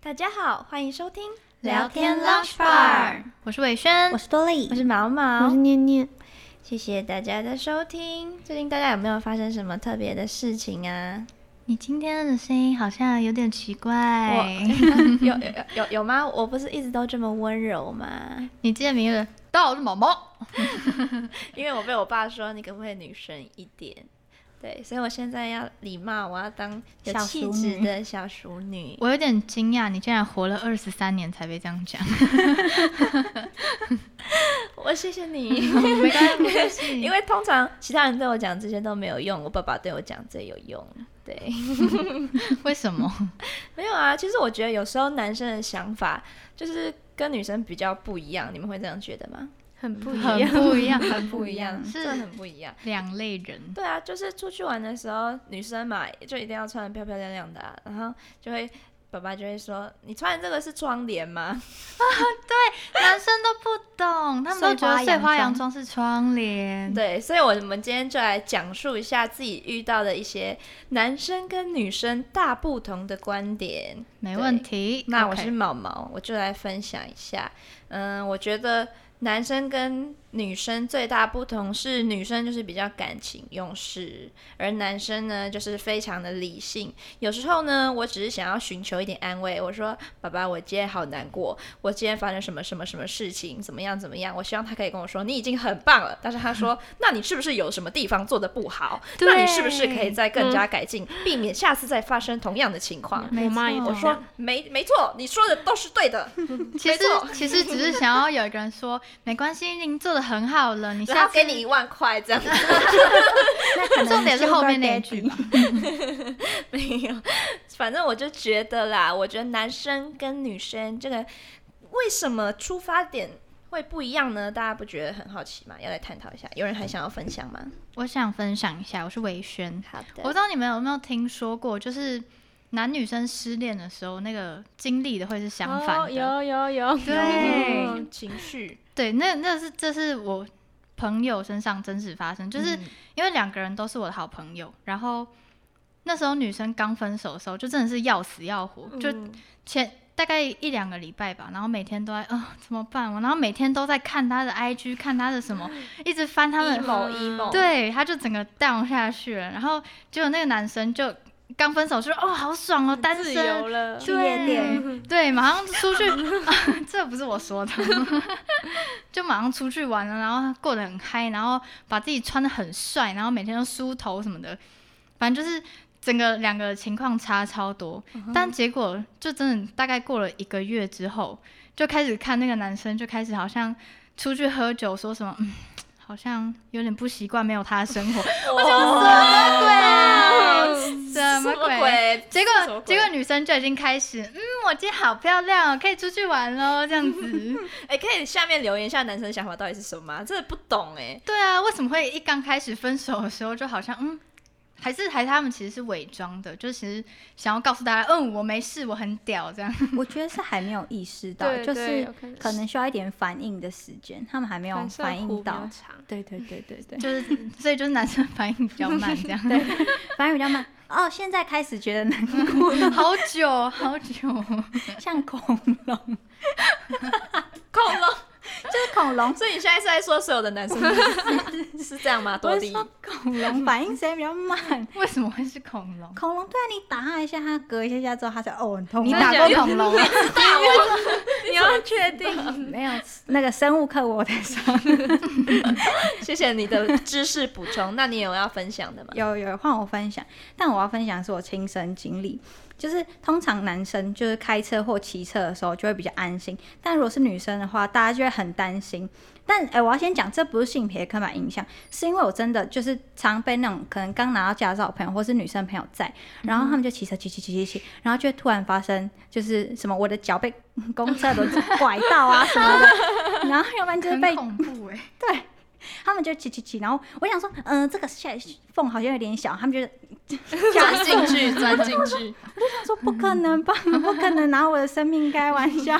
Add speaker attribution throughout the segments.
Speaker 1: 大家好，欢迎收听
Speaker 2: 聊天 Lunch Bar，我是伟轩
Speaker 3: 我，是多丽
Speaker 1: 我，是嗯毛
Speaker 3: 我
Speaker 1: 毛
Speaker 3: 是，念念。
Speaker 1: 谢谢大家的收听。最近大家有没有发生什么特别的事情啊？
Speaker 2: 你今天的声音好像有点奇
Speaker 1: 我
Speaker 2: 怪，
Speaker 1: 有有有有吗？我不是一直都这么温柔吗？
Speaker 2: 你记得名字？大家好，我是毛毛。
Speaker 1: 因为我被我爸说你可不可以女生一点，对，所以我现在要礼貌，我要当有
Speaker 3: 小
Speaker 1: 气
Speaker 3: 淑
Speaker 1: 质
Speaker 3: 女
Speaker 1: 的小熟女。
Speaker 2: 我有点惊讶，你竟然活了二十三年才被这样 讲，
Speaker 1: 我谢谢 你。
Speaker 2: 没关系，没关系。
Speaker 1: 因为通常其他人对我讲这些都没有用，我爸爸对我讲这有用。对，
Speaker 2: 为什么？
Speaker 1: 没有啊。其实我觉得有时候男生的想法就是跟女生比较不一样，你们会这样觉得吗？
Speaker 3: 很不
Speaker 2: 很不一样，
Speaker 1: 很不一样，
Speaker 2: 是
Speaker 1: 真的很不一样。
Speaker 2: 两类人。
Speaker 1: 对啊，就是出去玩的时候，女生嘛就一定要穿的漂漂亮亮的啊、然后就会爸爸就会说：“你穿的这个是窗帘吗
Speaker 2: 男生都不懂，他们都觉得
Speaker 3: 碎
Speaker 2: 碎
Speaker 3: 花
Speaker 2: 花
Speaker 3: 洋
Speaker 2: 洋装是窗？”帘。
Speaker 1: 对，所以我们今天就来讲述一下自己遇到的一些男生跟女生大不同的观点。
Speaker 2: 没问题。
Speaker 1: 那我
Speaker 2: OK
Speaker 1: 是毛毛，我就来分享一下。嗯，我觉得男生跟女生最大不同是，女生就是比较感情用事，而男生呢就是非常的理性。有时候呢，我只是想要寻求一点安慰，我说：“爸爸，我今天好难过，我今天发生什么什么什么事情，怎么样怎么样。”我希望他可以跟我说：“你已经很棒了。”但是他说：“那你是不是有什么地方做的不好？那你是不是可以
Speaker 2: 对嗯
Speaker 1: 再更加改进，避免下次再发生同样的情况？”
Speaker 2: 没
Speaker 3: 我妈也
Speaker 2: 错
Speaker 3: 这
Speaker 1: 我
Speaker 3: 样
Speaker 1: 说没没错，你说的都是对的。
Speaker 2: 其实
Speaker 1: 没错
Speaker 2: 其实只是想要有一个人说， 没关系，您做的很好了，你
Speaker 1: 然
Speaker 2: 下
Speaker 1: 后
Speaker 2: 次
Speaker 1: 给你一万块这样子，
Speaker 2: 重点是后面那一句吧。
Speaker 1: 没有。反正我就觉得啦，我觉得男生跟女生这个为什么出发点会不一样呢？大家不觉得很好奇吗？要来探讨一下。有人还想要分享吗？
Speaker 2: 我想分享一下，我是维轩，
Speaker 1: 好
Speaker 2: 我不知道你们有没有听说过，就是男女生失恋的时候，那个经历的会是相反的。
Speaker 3: 哦有有有，
Speaker 2: 对
Speaker 1: 情绪
Speaker 2: 对，那那是这是我朋友身上真实发生，就是
Speaker 3: 嗯
Speaker 2: 因为两个人都是我的好朋友，然后那时候女生刚分手的时候，就真的是要死要活，就
Speaker 3: 嗯
Speaker 2: 前大概一两个礼拜吧，然后每天都在啊、怎么办？我然后每天都在看他的 IG，看他的什
Speaker 3: 嗯
Speaker 2: 么，一直翻他们
Speaker 1: emo emo，，
Speaker 2: 对，他就整个 down 下去了。然后结果那个男生就刚分手就说哦好爽哦，单
Speaker 3: 自
Speaker 2: 身。
Speaker 3: 由了，
Speaker 2: 对对，马上出去， 这不是我说的， 就马上出去玩了，然后过得很嗨，然后把自己穿的很帅，然后每天都梳头什么的，反正就是整个两个情况差超多。但结果就真的大概过了一个月之后，就开始看那个男生就开始好像出去喝酒，说什么嗯，好像有点不习惯没有他的生活，
Speaker 1: 我什么
Speaker 2: 哦
Speaker 1: 鬼？
Speaker 2: 什么鬼？
Speaker 1: 鬼？什
Speaker 2: 结
Speaker 1: 么
Speaker 2: 果，
Speaker 1: 鬼
Speaker 2: 结果女生就已经开始，嗯，我今天好漂亮哦，可以出去玩喽，这样子。
Speaker 1: 哎，可以下面留言一下男生的想法到底是什么吗？真的不懂 哎。
Speaker 2: 对啊，为什么会一刚开始分手的时候就好像嗯，还是还是他们其实是伪装的，就其实想要告诉大家，嗯，我没事，我很屌这样。
Speaker 3: 我觉得是还没有意识到，
Speaker 4: 对，
Speaker 3: 就是
Speaker 4: 可
Speaker 3: 可能需要一点反应的时间，他们还没有反应到。
Speaker 4: 长。
Speaker 3: 对对对对对，
Speaker 2: 就是所以就是男生反应比较慢这样。对，
Speaker 3: 反应比较慢。哦，现在开始觉得难过，
Speaker 2: 好久好久，
Speaker 3: 像恐龙，
Speaker 1: 恐龙，
Speaker 3: 就是恐龙。
Speaker 1: 所以你现在是在说所有的男生是是这样吗？多
Speaker 3: 我是
Speaker 1: 利，
Speaker 3: 说恐龙反应时间比 较慢。
Speaker 2: 为什么会是恐龙？
Speaker 3: 恐龙对啊，你打它一下，它隔一下下之后，它才哦很痛。
Speaker 2: 你打过
Speaker 3: 恐
Speaker 2: 恐龙吗？
Speaker 1: 你要确定？
Speaker 3: 没有？那个生物课我在上，
Speaker 1: 谢谢你的知识补充。那你有要分享的吗？
Speaker 3: 有有换我分享，但我要分享的是我亲身经历。就是通常男生就是开车或骑车的时候就会比较安心，但如果是女生的话，大家就会很担心。但哎、呃我要先讲，这不是性别刻板印象，是因为我真的就是常被那种可能刚拿到驾照的朋友或是女生朋友载，然后他们就骑车骑骑骑骑骑，然后就突然发生就是什么我的脚被 公车轮子拐到啊什么的，然后要不然就是
Speaker 2: 很
Speaker 3: 被
Speaker 2: 恐怖哎、
Speaker 3: 呃 他们就骑骑骑，然后我想说，嗯、这个下缝好像有点小，他们就
Speaker 1: 钻进去，钻进去。
Speaker 3: 他说不可能吧，你不可能拿我的生命开玩笑。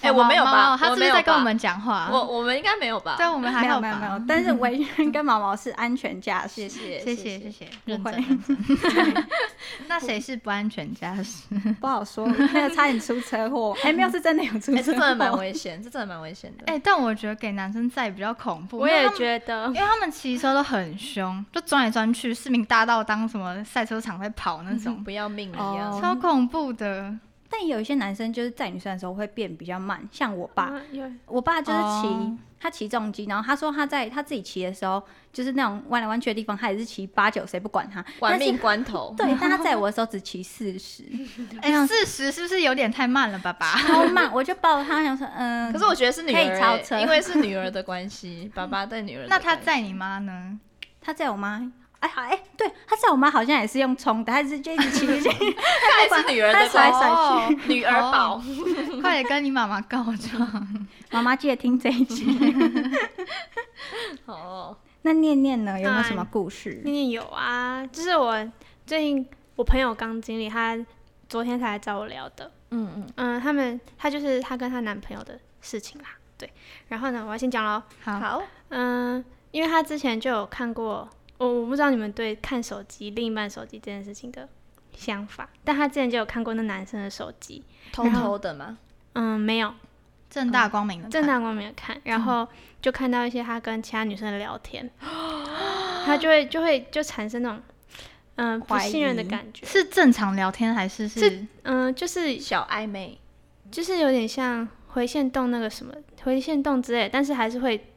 Speaker 1: 哎，我没有
Speaker 2: 毛毛
Speaker 1: 吧？
Speaker 2: 他是
Speaker 1: 我
Speaker 2: 不
Speaker 1: 没
Speaker 2: 是
Speaker 1: 有
Speaker 2: 在跟我
Speaker 1: 吧
Speaker 2: 们讲话？
Speaker 1: 我我们应该没有吧？
Speaker 2: 对，啊我们还
Speaker 3: 没有
Speaker 2: 好
Speaker 3: 没有
Speaker 2: 吧
Speaker 3: 没有，但是维轩跟毛毛是安全驾
Speaker 1: 谢
Speaker 3: 驶。
Speaker 1: 谢，
Speaker 2: 谢谢谢。谢，认
Speaker 3: 会
Speaker 2: 真认真。 那谁是不安全驾驶？
Speaker 3: 不好说，那个差点出车 祸。哎、没有，是真的有出车祸。
Speaker 1: 哎，这真的 蛮危险，这真的蛮危险的。
Speaker 2: 哦哎、但我觉得给男生载比较恐怖，
Speaker 4: 我
Speaker 2: 因为
Speaker 4: 也
Speaker 2: 他们
Speaker 4: 觉得
Speaker 2: 因，为他们骑车都很凶，就钻来钻去，市民大道当什么赛车场在跑那种，
Speaker 1: 不要命了一样
Speaker 3: 哦。
Speaker 2: 超恐怖的。
Speaker 3: 但有一些男生就是载女生的时候会变比较慢，像我爸，
Speaker 4: 嗯有
Speaker 3: 我爸就是骑、
Speaker 2: 哦
Speaker 3: 他骑重机，然后他说他在他自己骑的时候，就是那种弯来弯去的地方，他也是骑八九，谁不管他。
Speaker 1: 玩
Speaker 3: 但是
Speaker 1: 命关 头，
Speaker 3: 对，但他载我的时候只骑四 十，
Speaker 2: 哎、4四十是不是有点太慢了，爸爸？
Speaker 3: 超慢，我就抱着他想说，嗯，
Speaker 1: 可是我觉得是女
Speaker 3: 可
Speaker 1: 儿
Speaker 3: 以超
Speaker 1: 欸，
Speaker 3: 车
Speaker 1: 因为是女儿的关系，爸爸对女儿的关系。
Speaker 2: 那他载你妈呢？
Speaker 3: 他载我妈。哎好哎，对，他载我妈好像也是用冲的，他是就一直骑，一直骑
Speaker 1: 他也是女儿
Speaker 3: 他
Speaker 1: 的
Speaker 3: 甩
Speaker 1: 关
Speaker 3: 来甩
Speaker 2: 哦
Speaker 3: 去，
Speaker 1: 系，女儿宝。
Speaker 2: 快点跟你妈妈告状。
Speaker 3: 妈妈记得听这一集。
Speaker 1: 哦，
Speaker 3: 那念念呢，有没有什么故事？
Speaker 4: 念念有啊，就是我最近我朋友刚经历，她昨天才来找我聊的。
Speaker 1: 嗯嗯，
Speaker 4: 嗯，他们她就是她跟她男朋友的事情啦，对。然后呢，我要先讲喽，
Speaker 2: 好，
Speaker 1: 好，
Speaker 4: 嗯，因为她之前就有看过，我我不知道你们对看手机、另一半手机这件事情的想法，但她之前就有看过那男生的手机，
Speaker 1: 偷偷的嘛，
Speaker 4: 嗯，没有，
Speaker 2: 正大光明的，
Speaker 4: 正大光明的看，然后就看到一些他跟其他女生的聊天， 他就会就会就产生那种嗯、不
Speaker 3: 怀
Speaker 4: 信任的
Speaker 3: 疑
Speaker 4: 感觉，
Speaker 2: 是正常聊天还是是
Speaker 4: 是？嗯、就是
Speaker 1: 小暧昧。
Speaker 4: 就是有点像回线洞那个什么回线洞之类的，但是还是会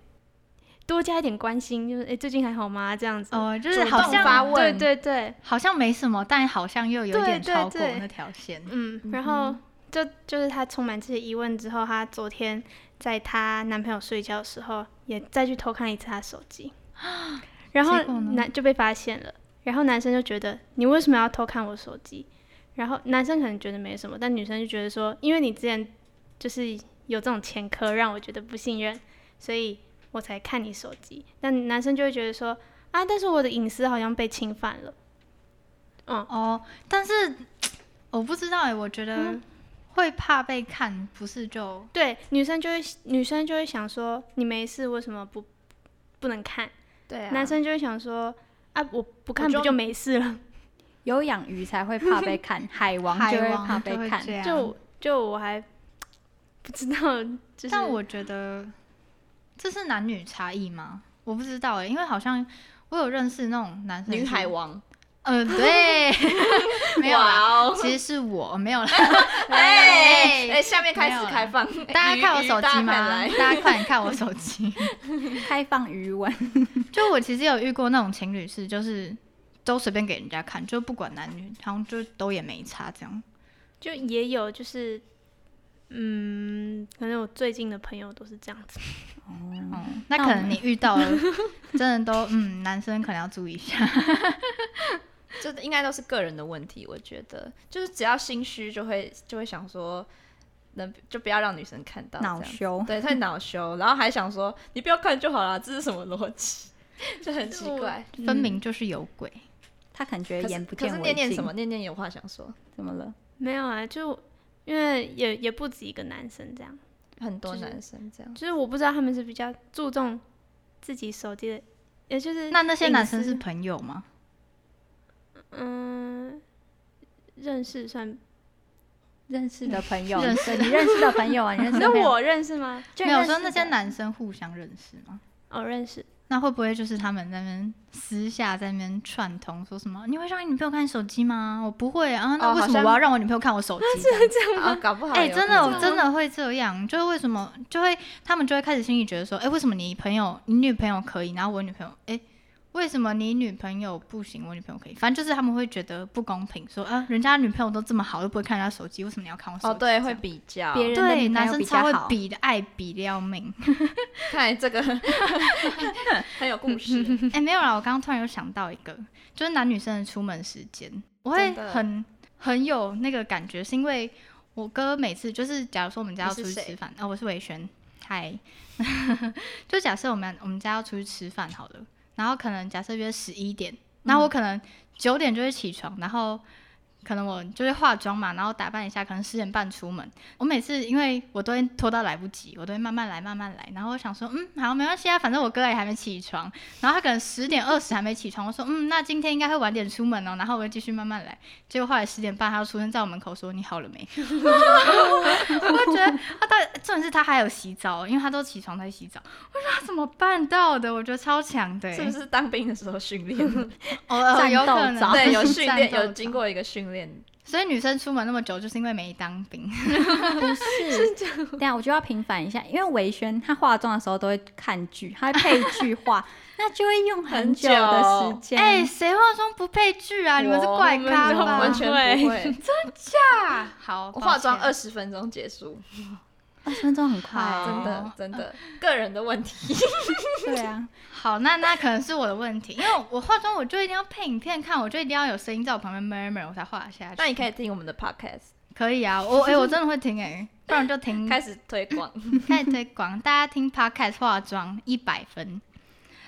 Speaker 4: 多加一点关心，就是哎、诶最近还好吗这样子，
Speaker 2: 哦、就是
Speaker 1: 主
Speaker 2: 好
Speaker 1: 动发
Speaker 2: 像
Speaker 1: 问
Speaker 4: 对对对，
Speaker 2: 好像没什么，但好像又有
Speaker 4: 对
Speaker 2: 点
Speaker 4: 对
Speaker 2: 超过
Speaker 4: 对
Speaker 2: 那条线。
Speaker 4: 嗯，然后就就是她充满这些疑问之后，她昨天在她男朋友睡觉的时候，也再去偷看一次她手 机，然后
Speaker 2: 结果呢
Speaker 4: 男就被发现了，然后男生就觉得你为什么要偷看我手机？然后男生可能觉得没什么，但女生就觉得说，因为你之前就是有这种前科，让我觉得不信任，所以我才看你手机。但男生就会觉得说，啊，但是我的隐私好像被侵犯了。
Speaker 2: 哦，但是我不知道哎、我觉得会怕被看，不是就
Speaker 4: 对，女生就会女生就会想说，你没事为什么不不能看？
Speaker 1: 对啊，
Speaker 4: 男生就会想说，啊，我不看
Speaker 1: 就
Speaker 4: 不就没事了？
Speaker 3: 有养鱼才会怕被看，海王
Speaker 2: 海
Speaker 3: 就会
Speaker 2: 王
Speaker 3: 怕
Speaker 2: 就
Speaker 3: 被
Speaker 2: 会
Speaker 3: 看。
Speaker 2: 这样
Speaker 4: 就就我还不知道，就是
Speaker 2: 但我觉得这是男女差异吗？我不知道哎、因为好像我有认识那种男生
Speaker 1: 女
Speaker 2: 嗯是
Speaker 1: 海，王，
Speaker 2: 呃，对， 没有啦，
Speaker 1: 哇哦，
Speaker 2: 其实是我没有啦。
Speaker 1: 哎
Speaker 2: 哎
Speaker 1: 哎，下面开始开放，
Speaker 2: 大家看我
Speaker 1: 鱼
Speaker 2: 手机？
Speaker 1: 鱼大家快
Speaker 2: 吗？
Speaker 1: 来
Speaker 2: 大家快点看我手机。
Speaker 3: 开放余文，
Speaker 2: 就我其实有遇过那种情侣是，就是都随便给人家看，就不管男女，好像就都也没差这样。
Speaker 4: 就也有就是，嗯，可能我最近的朋友都是这样子。
Speaker 2: 哦，那
Speaker 3: 嗯那
Speaker 2: 可
Speaker 3: 我
Speaker 2: 能
Speaker 3: 们
Speaker 2: 你遇到了，真的都嗯，男生可能要注意一下。
Speaker 1: 这应该都是个人的问题，我觉得就是只要心虚就会就会想说，能就不要让女生看到这样
Speaker 3: 恼羞。
Speaker 1: 对，太恼羞，然后还想说你不要看就好了，这是什么逻辑？ 就很奇怪。
Speaker 2: 分明就是有鬼。
Speaker 3: 他可能觉
Speaker 1: 可
Speaker 3: 得
Speaker 1: 是
Speaker 3: 眼不
Speaker 1: 可
Speaker 3: 见
Speaker 1: 是
Speaker 3: 为
Speaker 1: 念念
Speaker 3: 净
Speaker 1: 什么？？念念有话想说，
Speaker 3: 怎么了？
Speaker 4: 没有啊，就因为也也不止一个男生这样，
Speaker 1: 很多
Speaker 4: 就是
Speaker 1: 男生这 样。
Speaker 4: 就是我不知道他们是比较注重自己手机的，嗯也就是
Speaker 2: 那那些
Speaker 4: 隐
Speaker 2: 男生
Speaker 4: 私
Speaker 2: 是朋友吗？
Speaker 4: 嗯。认识算，
Speaker 3: 认识的朋友，啊
Speaker 2: 认
Speaker 3: 对你认识的朋友啊，你认识
Speaker 4: 你
Speaker 3: 的
Speaker 4: 说
Speaker 3: 朋友
Speaker 4: 我认识吗？
Speaker 3: 就
Speaker 2: 没有
Speaker 3: 认识
Speaker 2: 说那些
Speaker 3: 的
Speaker 2: 男生互相认识吗？
Speaker 4: 哦，认识。
Speaker 2: 那会不会就是他们在那边私下在那边串通，说什么你会让你女朋友看手机吗？我不会啊，那
Speaker 1: 哦
Speaker 2: 为什
Speaker 1: 好
Speaker 2: 么
Speaker 1: 像
Speaker 2: 我要让我女朋友看我手机？这样
Speaker 1: 啊，搞不好
Speaker 2: 哎、
Speaker 1: 有
Speaker 2: 真
Speaker 1: 可
Speaker 2: 的
Speaker 1: 能
Speaker 2: 真
Speaker 3: 哦
Speaker 2: 的会这样，就是为什么就会他们就会开始心里觉得说，哎、为什么你朋友你女朋友可以，然后我女朋友哎、为什么你女朋友不行，我女朋友可以？反正就是他们会觉得不公平，说啊，人家女朋友都这么好，又不会看人家手机，为什么你要看我手机？
Speaker 1: 哦，对，
Speaker 2: 这
Speaker 1: 会
Speaker 2: 样
Speaker 1: 比较。
Speaker 3: 别人的
Speaker 2: 对
Speaker 3: 女朋
Speaker 2: 男
Speaker 3: 友
Speaker 2: 生
Speaker 3: 比
Speaker 2: 超
Speaker 3: 较
Speaker 2: 会
Speaker 3: 好
Speaker 2: 比的，爱比的要命。
Speaker 1: 看来这个 很有故事。
Speaker 2: 哎、没有啦，我刚刚突然有想到一个，就是男女生的出门时间，我会
Speaker 1: 真的
Speaker 2: 很很有那个感觉，是因为我哥每次就是，假如说我们家要
Speaker 1: 你
Speaker 2: 出
Speaker 1: 是
Speaker 2: 去
Speaker 1: 谁
Speaker 2: 吃饭，哦，我是伟轩，嗨， 就假设我们我们家要出去吃饭好了，然后可能假设约十一点，那
Speaker 1: 嗯
Speaker 2: 我可能九点就会起床，然后可能我就会化妆嘛，然后打扮一下，可能十点半出门。我每次因为我都会拖到来不及，我都会慢慢来，慢慢来。然后我想说，嗯，好，没关系啊，反正我哥也还没起床。然后他可能十点二十还没起床，我说，嗯，那今天应该会晚点出门哦。然后我就继续慢慢来。结果后来十点半，他又出现在我门口说：“你好了没？” 我就觉得他到底重点是他还有洗澡，因为他都起床才洗澡。 我说啊他怎么办到的？我觉得超强的欸、
Speaker 1: 是不是当兵的时候训练？
Speaker 2: 偶尔
Speaker 3: 战
Speaker 2: 有
Speaker 3: 斗
Speaker 2: 可能
Speaker 3: 澡
Speaker 1: 对，有训练，
Speaker 2: 战斗
Speaker 1: 有经过一个训练。
Speaker 2: 所以女生出门那么久，就是因为没当兵。
Speaker 3: 不是，等一下我就要平反一下，因为维轩她化妆的时候都会看剧，她会配剧化，那就会用很久的时间。
Speaker 2: 哎、谁化妆不配剧啊？你们是
Speaker 1: 我
Speaker 2: 怪
Speaker 1: 我
Speaker 2: 咖
Speaker 1: 们
Speaker 2: 吧？
Speaker 1: 完全不会。
Speaker 2: 啊好，
Speaker 1: 我化妆
Speaker 2: 抱歉
Speaker 1: 二十分钟结 束，
Speaker 3: 二十分钟很快、哦
Speaker 2: 好
Speaker 1: 真的真的， 个人的问题。
Speaker 3: 对啊，
Speaker 2: 好，那那可能是我的问题，因为我化妆我就一定要配影片看，我就一定要有声音在我旁边 murmur，我才画得下去。
Speaker 1: 那你可以听我们的 podcast，
Speaker 2: 可以啊，我哎、我真的会听哎、不然就 听
Speaker 1: 开始推广。
Speaker 2: 开始推广，大家听 podcast 化妆一百分。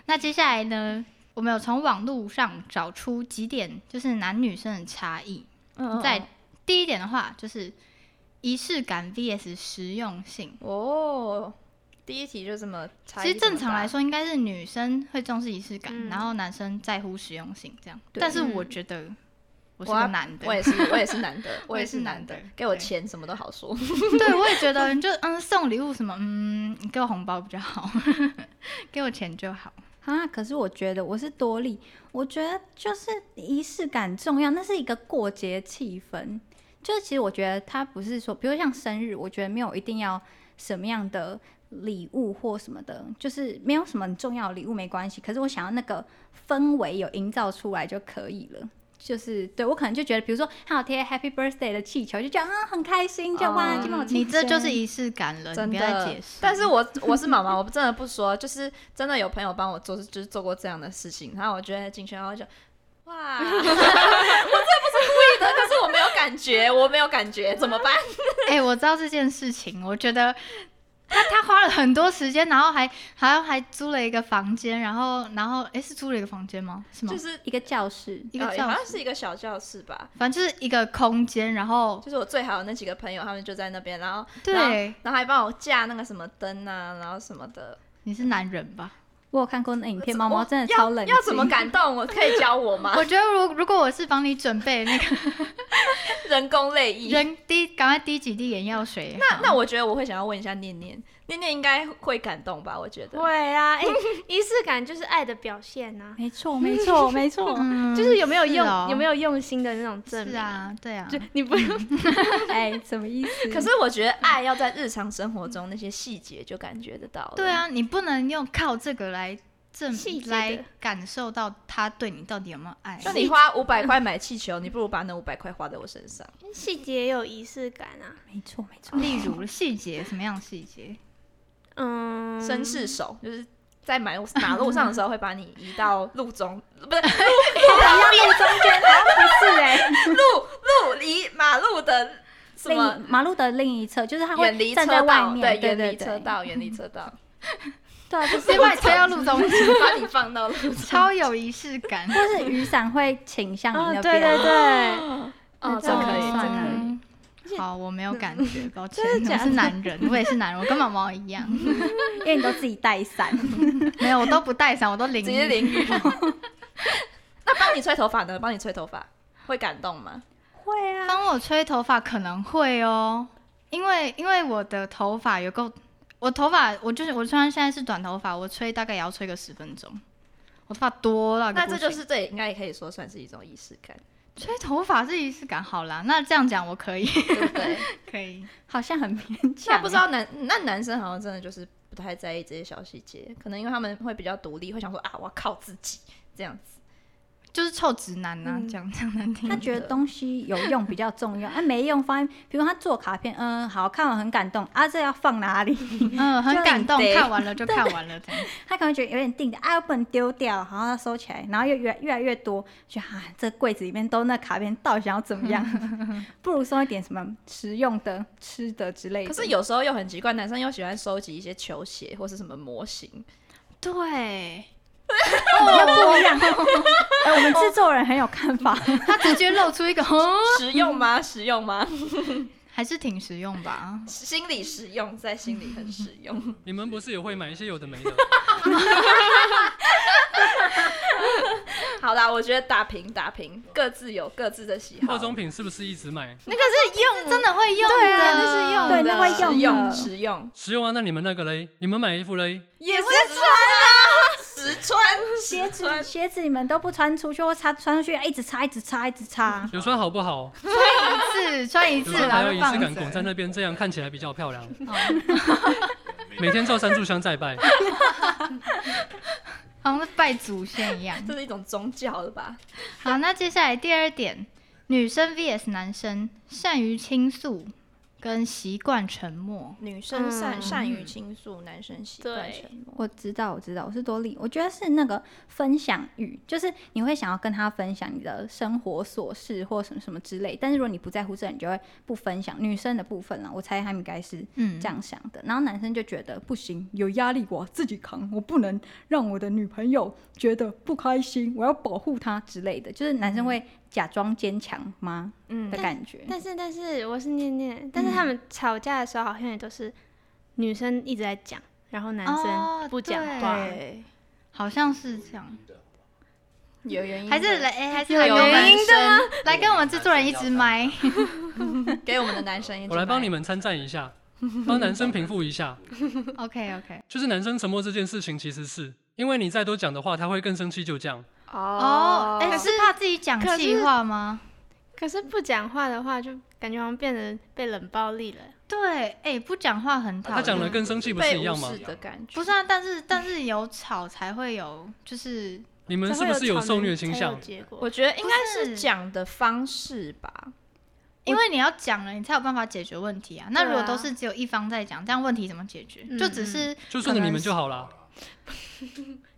Speaker 2: 那接下来呢，我们有从网络上找出几点就是男女生的差异。
Speaker 1: 嗯
Speaker 2: 在第一点的话，就是仪式感 VS 实用性。
Speaker 1: 哦，第一题就这么差异
Speaker 2: 其实正常来
Speaker 1: 这么
Speaker 2: 说，应该是女生会重视仪式感，
Speaker 4: 嗯
Speaker 2: 然后男生在乎实用性这样。
Speaker 3: 对
Speaker 2: 但是
Speaker 4: 嗯
Speaker 2: 我觉得我是
Speaker 1: 我
Speaker 2: 个
Speaker 1: 要
Speaker 2: 男
Speaker 1: 大，
Speaker 2: 的，
Speaker 1: 我也是，我也是男的，
Speaker 2: 我
Speaker 1: 我
Speaker 2: 也
Speaker 1: 也
Speaker 2: 是
Speaker 1: 是
Speaker 2: 男
Speaker 1: 男
Speaker 2: 的
Speaker 1: 的，给我
Speaker 2: 对
Speaker 1: 钱什么都好说。
Speaker 2: 对我也觉得，你就嗯送礼物什么，嗯你给我红包比较好， 给我钱就好。
Speaker 3: 啊，可是我觉得我是多利，我觉得就是仪式感重要，那是一个过节气氛。就是其实我觉得它不是说，比如像生日，我觉得没有一定要什么样的礼物或什么的，就是没有什么很重要的礼物没关系。可是我想要那个氛围有营造出来就可以了。就是对我可能就觉得，比如说他有贴 Happy Birthday 的气球，就觉得啊很开心，就哇
Speaker 1: 哦
Speaker 3: 今天我庆
Speaker 2: 你这
Speaker 3: 生
Speaker 2: 就是仪式感了，
Speaker 1: 真
Speaker 2: 你不要再解
Speaker 1: 的
Speaker 2: 释。，
Speaker 1: 但是我我是妈妈，我真的不说，就是真的有朋友帮我做，就是做过这样的事情，然后我觉得进去，然后就哇，我 这不是故意的，可是我没有感觉，我没有感觉，怎么办？
Speaker 2: 哎、我知道这件事情，我觉得他他花了很多时间，然后还好像还租了一个房间，然后然后哎、诶是租了一个房间吗？是吗？
Speaker 1: 就是
Speaker 3: 一个教室，
Speaker 2: 一
Speaker 4: 哦
Speaker 2: 个
Speaker 1: 呃
Speaker 2: 教
Speaker 1: 好像
Speaker 2: 室
Speaker 1: 是一个小教室吧，
Speaker 2: 反正就是一个空间，然后
Speaker 1: 就是我最好的那几个朋友，他们就在那边，然后
Speaker 4: 啊
Speaker 2: 对，
Speaker 1: 然后还帮我架那个什么灯啊，然后什么的，
Speaker 2: 你是男人吧？
Speaker 3: 我有看过那影片，
Speaker 1: 我
Speaker 3: 毛毛真的
Speaker 1: 要
Speaker 3: 超冷静，
Speaker 1: 要怎么感动？我可以教我吗？
Speaker 2: 我觉得如如果我是帮你准备那个
Speaker 1: 人工泪液。
Speaker 2: 人滴，赶快滴几滴眼药水也好。
Speaker 1: 那那我觉得我会想要问一下念念，念念应该会感动吧？我觉得
Speaker 4: 会 啊，哎、仪式感就是爱的表现呐、
Speaker 3: 没错，没错，没错。
Speaker 2: 嗯
Speaker 4: 就是有没有
Speaker 2: 是
Speaker 4: 用、
Speaker 2: 哦
Speaker 4: 有没有用心的那种证
Speaker 2: 是
Speaker 4: 明啊？嗯
Speaker 2: 啊，对啊，
Speaker 4: 就你不用，
Speaker 3: 哎，什么意思？
Speaker 1: 可是我觉得爱要在日常生活中那些细节就感觉得到了。
Speaker 2: 对，啊，你不能用靠这个来证
Speaker 4: 细节的
Speaker 2: 来感受到他对你到底有没有爱。
Speaker 1: 就你花五百块买气球，你不如把那五百块花在我身上。
Speaker 4: 细节也有仪式感啊。
Speaker 3: 没错，没错。
Speaker 2: 例如细节，什么样的 细节？
Speaker 4: 嗯，
Speaker 1: 绅士手就是在马路马路上的时候会把你移到路中，不是
Speaker 3: 要路中间，好像不是哎、
Speaker 1: 路路离马路的什么
Speaker 3: 另马路的另一侧，就是他
Speaker 1: 远离车
Speaker 3: 会站在外
Speaker 1: 道，
Speaker 3: 面，
Speaker 1: 对，
Speaker 3: 对
Speaker 1: 远离车
Speaker 3: 对对，
Speaker 1: 道，远离车 道，
Speaker 3: 对啊，就是
Speaker 2: 谁把你推到路中间？
Speaker 1: 把你放到路中。
Speaker 2: 超有仪式感。
Speaker 3: 或是雨伞会倾向
Speaker 4: 哦
Speaker 3: 你那
Speaker 4: 对
Speaker 3: 边，
Speaker 4: 对对，
Speaker 1: 哦，这
Speaker 3: 这
Speaker 1: 可
Speaker 3: 样
Speaker 1: 以，
Speaker 3: 也算
Speaker 1: 这可以
Speaker 3: 啊。
Speaker 2: 以。好，我没有感觉，抱歉，
Speaker 4: 真的
Speaker 2: 我
Speaker 4: 假的
Speaker 2: 是男人，我也是男人，我跟毛毛一样，
Speaker 3: 因为你都自己带伞，
Speaker 2: 没有，我都不带伞，我都淋
Speaker 1: 直接
Speaker 2: 雨。
Speaker 1: 淋雨。 那帮你吹头发呢？帮你吹头发会感动吗？
Speaker 3: 会啊，
Speaker 2: 帮我吹头发可能会哦，因为因为我的头发有够，我头发我就是我虽然现在是短头发，我吹大概也要吹个十分钟，我头发多到一个
Speaker 1: 那
Speaker 2: 不
Speaker 1: 这
Speaker 2: 行
Speaker 1: 就是这也应该也可以说算是一种仪式 感，
Speaker 2: 吹头发是仪式感。好啦，那这样讲 我可以，
Speaker 1: 对不对？
Speaker 2: 可以。
Speaker 3: 好像很勉
Speaker 1: 那
Speaker 3: 强。
Speaker 1: 不知道男那男生好像真的就是不太在意这些小细节，可能因为他们会比较独立，会想说啊，我要靠自己这样子。
Speaker 2: 就是臭直男啊呐、
Speaker 1: 嗯
Speaker 2: 讲讲难听
Speaker 3: 他
Speaker 2: 点，
Speaker 3: 觉得东西有用比较重要，啊，没用放在，比如他做卡片，嗯，好看完很感动，啊，这要放哪里？
Speaker 2: 嗯，很
Speaker 3: 就
Speaker 2: 感动
Speaker 1: 得，
Speaker 2: 看完 了就看完了，这样。
Speaker 3: 他可能觉得有点定的，啊，不能丢掉，然后要收起来，然后又越越来越多，就啊，这柜子里面都那卡片，到底想要怎 么样？不如送一点什么实用的、吃的之类的。
Speaker 1: 可是有时候又 很奇怪，男生又喜欢收集一些球鞋或是什么模型，
Speaker 2: 对，哦
Speaker 3: 不一样。哎，我们制作人很有看 法，
Speaker 2: 他直接露出一个，哦
Speaker 1: 实用吗？ 实用吗？
Speaker 2: 还是挺实用吧。
Speaker 1: 心理实用，在心里很实用。
Speaker 5: 你们不是也会买一些有的没的？
Speaker 1: 好啦，我觉得打平打平，各自有各自的喜好
Speaker 5: 化。妆品是不是一直买？
Speaker 2: 那个是用，真的会用的，
Speaker 3: 对啊
Speaker 2: 那
Speaker 3: 那
Speaker 2: 是
Speaker 3: 用的对那会
Speaker 1: 实
Speaker 3: 用
Speaker 1: 用
Speaker 3: 的
Speaker 1: 实用，
Speaker 5: 实用啊，那你们那个嘞？你们买衣服嘞？
Speaker 1: 也是穿啊， 实穿
Speaker 3: 鞋
Speaker 1: 实
Speaker 3: 子
Speaker 1: 穿。
Speaker 3: 鞋子你们都不穿出去，或擦穿出去啊一直擦一直擦一直擦。
Speaker 5: 有穿好不好？
Speaker 2: 一次穿一
Speaker 5: 有
Speaker 2: 次，
Speaker 5: 穿
Speaker 2: 然
Speaker 5: 才
Speaker 2: 后
Speaker 5: 有
Speaker 2: 就
Speaker 5: 仪
Speaker 2: 放
Speaker 5: 式感，
Speaker 2: 着。
Speaker 5: 拱在那边，这样看起来比较漂亮。 每天照三炷香再拜，
Speaker 2: 好像拜祖先一样。
Speaker 1: 这是一种宗教了吧？
Speaker 2: 好，那接下来第二点，女生 vs 男生，善于倾诉跟习惯沉默。
Speaker 1: 女生善
Speaker 4: 嗯
Speaker 1: 善于倾诉，男生习惯沉默。
Speaker 3: 我知道，我知道，我是多莉。我觉得是那个分享欲，就是你会想要跟他分享你的生活琐事或什么什么之类。但是如果你不在乎这，你就会不分享。女生的部分啦，我猜他们应该是
Speaker 2: 嗯，
Speaker 3: 这样想的。然后男生就觉得不行，有压力我自己扛，我不能让我的女朋友觉得不开心，我要保护她之类的。就是男生会假装坚强吗
Speaker 1: 嗯
Speaker 3: 的，感觉？
Speaker 4: 但是但是我是念念，但是他们吵架的时候好像也都是女生一直在讲，然后男
Speaker 2: 哦
Speaker 4: 生不讲话。
Speaker 2: 对
Speaker 1: 对，
Speaker 2: 好像是这样。
Speaker 1: 有原因的，
Speaker 2: 还是来，哎、还是
Speaker 1: 有
Speaker 2: 来跟我
Speaker 1: 原
Speaker 2: 们
Speaker 1: 因的吗
Speaker 2: 来跟我们制作人一直麦。
Speaker 1: 给我们的男生一，
Speaker 5: 我来帮你。们参战一下，帮男生平复一下。
Speaker 2: OK OK。
Speaker 5: 就是男生沉默这件事情，其实是因为你再多讲的话，他会更生气，就这样。
Speaker 2: 哦，哎、
Speaker 1: 可
Speaker 2: 是怕自己讲
Speaker 4: 可是
Speaker 2: 气话吗？
Speaker 4: 可是不讲话的话，就感觉好像变得被冷暴力了。
Speaker 2: 对，哎、不讲话很讨厌。
Speaker 5: 他讲的更生气，不是
Speaker 1: 被
Speaker 5: 一
Speaker 1: 无
Speaker 5: 样吗
Speaker 1: 视？的感觉，
Speaker 2: 不是啊，但是但是有吵才会有，就是
Speaker 5: 你们
Speaker 4: 才
Speaker 5: 是
Speaker 4: 会
Speaker 5: 不是有
Speaker 4: 吵
Speaker 5: 受
Speaker 4: 人
Speaker 5: 虐倾
Speaker 4: 才有
Speaker 5: 向？
Speaker 4: 结果
Speaker 1: 我觉得应该是
Speaker 2: 不是
Speaker 1: 讲的方式吧。
Speaker 2: 因为你要讲了，你才有办法解决问题啊。那
Speaker 1: 对啊
Speaker 2: 如果都是只有一方在讲，这样问题怎么解决？
Speaker 4: 嗯
Speaker 2: 就只是
Speaker 5: 就顺着你们就好了。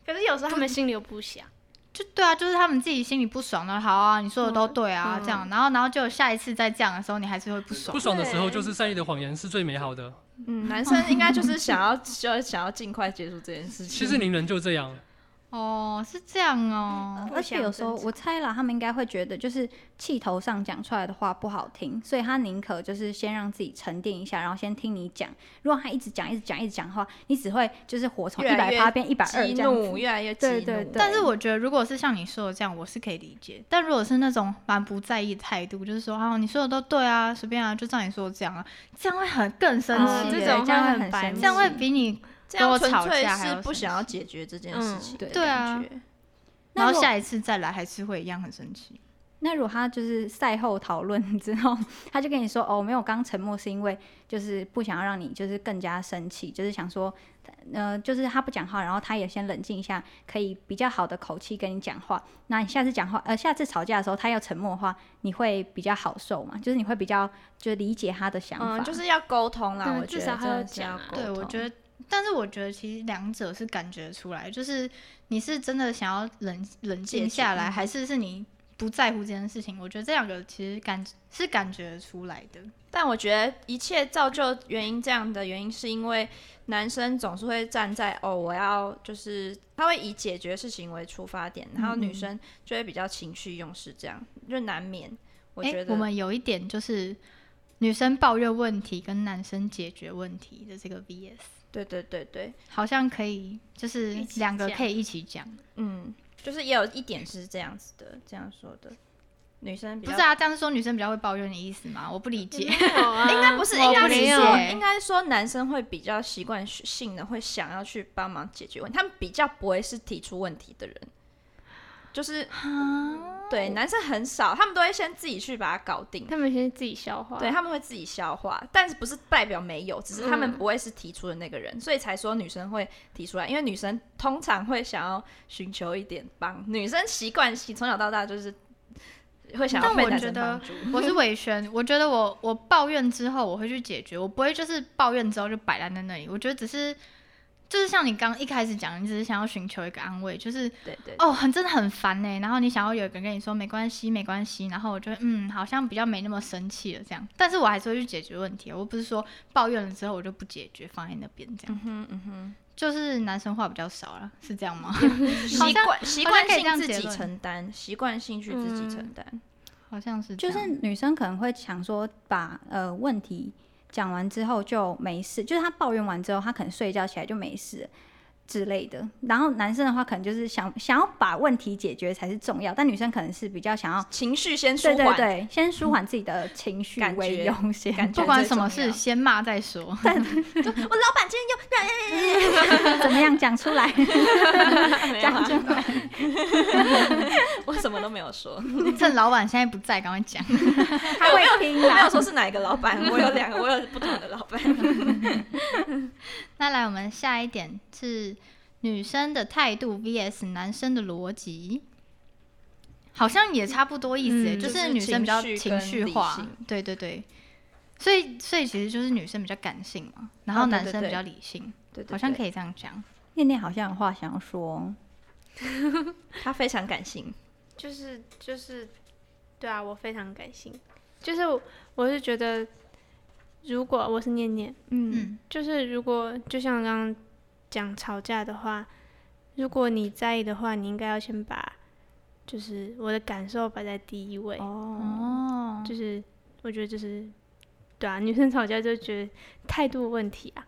Speaker 4: 可是有时候他们心里又不想，
Speaker 2: 就对啊，就是他们自己心里不爽了，好啊，你说的都对啊，
Speaker 1: 嗯
Speaker 2: 这样，然后然后就下一次再这样的时候，你还是会不爽
Speaker 5: 不。爽的时候，
Speaker 4: 对
Speaker 5: 就是善意的谎言是最美好的。
Speaker 1: 嗯，男生应该就是想要，就是想要尽快结束这件事情。
Speaker 5: 其实你人就这样，
Speaker 2: 哦，是这样哦，
Speaker 3: 而且有时候我猜啦，他们应该会觉得就是气头上讲出来的话不好听，所以他宁可就是先让自己沉淀一下，然后先听你讲。如果他一直讲、一直讲、一直讲的话，你只会就是火从
Speaker 1: 越
Speaker 3: 一
Speaker 1: 来
Speaker 3: 百
Speaker 1: 越
Speaker 3: 八变一百二
Speaker 1: 激
Speaker 3: 这样子
Speaker 1: 怒，。越来越激怒。
Speaker 3: 对对对
Speaker 2: 但是我觉得，如果是像你说的这样，我是可以理解。但如果是那种蛮不在意的态度，就是说，啊，你说的都对啊，随便啊，就照你说的这样啊，这样会很更生
Speaker 3: 哦
Speaker 2: 气
Speaker 4: 这
Speaker 2: 耶，
Speaker 4: 种
Speaker 3: 这样
Speaker 4: 会
Speaker 3: 会
Speaker 4: 很
Speaker 3: 很
Speaker 4: 白
Speaker 3: 生
Speaker 4: 目
Speaker 2: 这样会比你
Speaker 1: 这样
Speaker 2: 跟我
Speaker 1: 纯
Speaker 2: 吵
Speaker 1: 粹
Speaker 2: 架还
Speaker 1: 是
Speaker 2: 要
Speaker 1: 不
Speaker 2: 生
Speaker 1: 想要
Speaker 2: 气
Speaker 1: 解决这件
Speaker 4: 嗯
Speaker 1: 事情的感觉。
Speaker 3: 对
Speaker 2: 对啊
Speaker 3: 那
Speaker 2: 然后
Speaker 3: 如果
Speaker 2: 下一次再来还是会一样很生气。
Speaker 3: 那如果他就是赛后讨论之后，他就跟你说：“哦，没有，刚沉默是因为就是不想要让你就是更加生气，就是想说，呃，就是他不讲话，然后他也先冷静一下，可以比较好的口气跟你讲话。那你下次讲话，呃，下次吵架的时候他要沉默的话，你会比较好受嘛？就是你会比较就理解他的想法，
Speaker 1: 嗯，就是要沟通啦。
Speaker 4: 对
Speaker 1: 我
Speaker 4: 至
Speaker 1: 觉得
Speaker 4: 少还
Speaker 1: 真
Speaker 4: 要
Speaker 1: 的是
Speaker 4: 讲
Speaker 1: 要
Speaker 4: 啊
Speaker 1: 沟通。
Speaker 2: 对，我觉得，但是我觉得其实两者是感觉出来，就是你是真的想要冷冷静下
Speaker 1: 嗯
Speaker 2: 来，还是是你不在乎这件事情？我觉得这两个其实感是感觉出来的。
Speaker 1: 但我觉得一切造就原因这样的原因，是因为男生总是会站在哦，我要就是他会以解决事情为出发点，然后女生就会比较情绪用事，这样就难免。我
Speaker 2: 诶
Speaker 1: 觉得
Speaker 2: 我们有一点就是女生抱怨问题跟男生解决问题的这个 VS，
Speaker 1: 对对对对，
Speaker 2: 好像可以，就是
Speaker 4: 一起
Speaker 2: 两个
Speaker 4: 讲
Speaker 2: 可以一起讲。
Speaker 1: 嗯，就是也有一点是这样子的，这样说的。女生比
Speaker 2: 不
Speaker 1: 较呃
Speaker 2: 是啊，这样是说女生比较会抱怨的意思吗？我不理解。
Speaker 4: 应
Speaker 1: 应该不是，
Speaker 2: 我
Speaker 1: 应该
Speaker 2: 不
Speaker 1: 是
Speaker 2: 理
Speaker 1: 说，
Speaker 2: 解
Speaker 1: 应该说男生会比较习惯性的会想要去帮忙解决问题，他们比较不会是提出问题的人，就是对男生很少，他们都会先自己去把它搞定，
Speaker 4: 他们先自己消化。
Speaker 1: 对，他们会自己消化，但是不是代表没有，只是他们嗯不会是提出的那个人，所以才说女生会提出来，因为女生通常会想要寻求一点帮，女生习惯性从小到大就是会想要
Speaker 2: 但
Speaker 1: 被
Speaker 2: 我
Speaker 1: 男
Speaker 2: 觉
Speaker 1: 生
Speaker 2: 得
Speaker 1: 帮助，
Speaker 2: 我是伟轩，我觉得我我抱怨之后我会去解决，我不会就是抱怨之后就摆烂在那里。我觉得只是就是像你刚一开始讲，你只是想要寻求一个安慰，就是
Speaker 1: 对对
Speaker 2: 哦很真的很烦呢、然后你想要有一个人跟你说没关系没关系，然后我就会嗯好像比较没那么生气了这样，但啊是我还是会去解决问题，我不是说抱怨了之后我就不解决放在那边这样。
Speaker 1: 嗯哼嗯哼，嗯
Speaker 2: 就是男生话比较少了，是这样吗？
Speaker 1: 习惯习惯
Speaker 2: 好像可以这
Speaker 1: 性
Speaker 2: 样
Speaker 1: 自
Speaker 2: 结
Speaker 1: 己
Speaker 2: 论嗯
Speaker 1: 承担，习惯性去自己承担。
Speaker 2: 好像是这
Speaker 3: 就
Speaker 2: 样，
Speaker 3: 是女生可能会想说把，呃问题讲完之后就没事，就是她抱怨完之后，她可能睡一觉起来就没事了之类的。然后男生的话，可能就是想想要把问题解决才是重要，但女生可能是比较想要
Speaker 1: 情绪先舒
Speaker 3: 对
Speaker 1: 缓，
Speaker 3: 对对，先舒缓自己的情绪
Speaker 1: 感
Speaker 3: 为
Speaker 1: 觉
Speaker 3: 优先。
Speaker 1: 感觉
Speaker 2: 不 管
Speaker 1: 最
Speaker 2: 什么
Speaker 1: 重
Speaker 2: 事
Speaker 1: 要
Speaker 2: 先骂再说。
Speaker 1: 我老板今天
Speaker 3: 怎么样讲出 来？
Speaker 1: 又没有
Speaker 3: 讲
Speaker 1: 啊
Speaker 3: 出来。
Speaker 1: 我什么都没有说，
Speaker 2: 趁老板现在不在，赶快讲。
Speaker 3: 他会听
Speaker 1: 我没
Speaker 3: 啦
Speaker 1: 有。说是哪一个老板，我有两个，我有不同的老板。
Speaker 2: 那来，我们下一点是女生的态度 VS 男生的逻辑，好像也差不多意思耶、
Speaker 4: 嗯
Speaker 2: 就
Speaker 1: 就是
Speaker 2: 是女生比较
Speaker 1: 情绪
Speaker 2: 情
Speaker 1: 跟
Speaker 2: 绪
Speaker 1: 理
Speaker 2: 化
Speaker 1: 性，
Speaker 2: 对对对。所以，所以其实就是女生比较感性嘛，然
Speaker 1: 哦
Speaker 2: 后
Speaker 1: 对
Speaker 2: 男
Speaker 1: 对
Speaker 2: 生比
Speaker 1: 对
Speaker 2: 较理性，
Speaker 1: 对对，
Speaker 2: 好像可
Speaker 1: 以，
Speaker 2: 以这样讲。
Speaker 3: 念念好像有话想 要说，
Speaker 1: 他非常感性，
Speaker 4: 就是就是，对啊，我非常感性。就是我我是觉得，如果我是念念，
Speaker 1: 嗯，
Speaker 2: 嗯，
Speaker 4: 就是如果就像刚刚讲吵架的话，如果你在意的话，你应该要先把就是我的感受摆在第一位。
Speaker 2: 哦，
Speaker 4: 嗯就是我觉得就是对啊，女生吵架就觉得态度问题啊。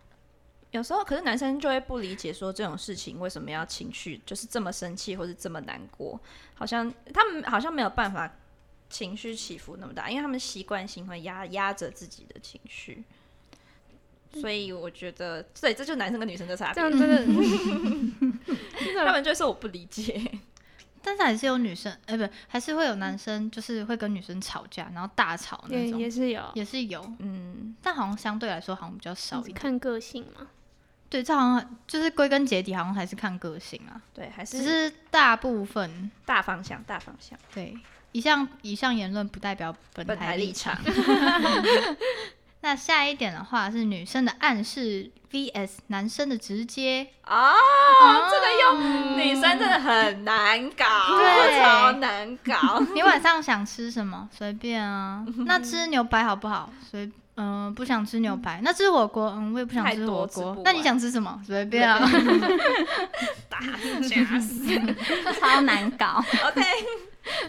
Speaker 1: 有时候可是男生就会不理解，说这种事情为什么要情绪，就是这么生气或者这么难过，好像他们好像没有办法情绪起伏那么大，因为他们习惯性会压压着自己的情绪。所以我觉得，对，这就是男生跟女生的差
Speaker 4: 这
Speaker 1: 别
Speaker 4: 样。真的，
Speaker 1: 他们就会说我不理解，
Speaker 2: 但是还是有女生，哎、不，还是会有男生，就是会跟女生吵架，然后大吵
Speaker 4: 也
Speaker 2: 那种，
Speaker 4: 也是有
Speaker 2: 也是有，
Speaker 1: 嗯，
Speaker 2: 但好像相对来说好像比较少一点。
Speaker 4: 看个性嘛。
Speaker 2: 对，这好像就是归根结底，好像还是看个性啊。
Speaker 1: 对，还
Speaker 2: 只
Speaker 1: 是
Speaker 2: 是大部分
Speaker 1: 大方向，大方向，
Speaker 2: 对以上以上言论不代表本
Speaker 1: 本台
Speaker 2: 台
Speaker 1: 立
Speaker 2: 场
Speaker 1: 场。。
Speaker 2: 那下一点的话是女生的暗示 vs 男生的直接，
Speaker 1: 啊，这个用女生真的很难搞，
Speaker 2: 对
Speaker 1: 超难搞。
Speaker 2: 你晚上想吃什么随便 啊，那吃牛排好不好？随嗯、不想吃牛排，那吃火锅嗯我也不想
Speaker 1: 太
Speaker 2: 吃
Speaker 1: 多
Speaker 2: 火
Speaker 1: 吃
Speaker 2: 锅
Speaker 1: 不，
Speaker 2: 那你
Speaker 1: 完
Speaker 2: 想吃什么随 便啊。
Speaker 1: 打夹 死。
Speaker 3: 超难搞。
Speaker 1: OK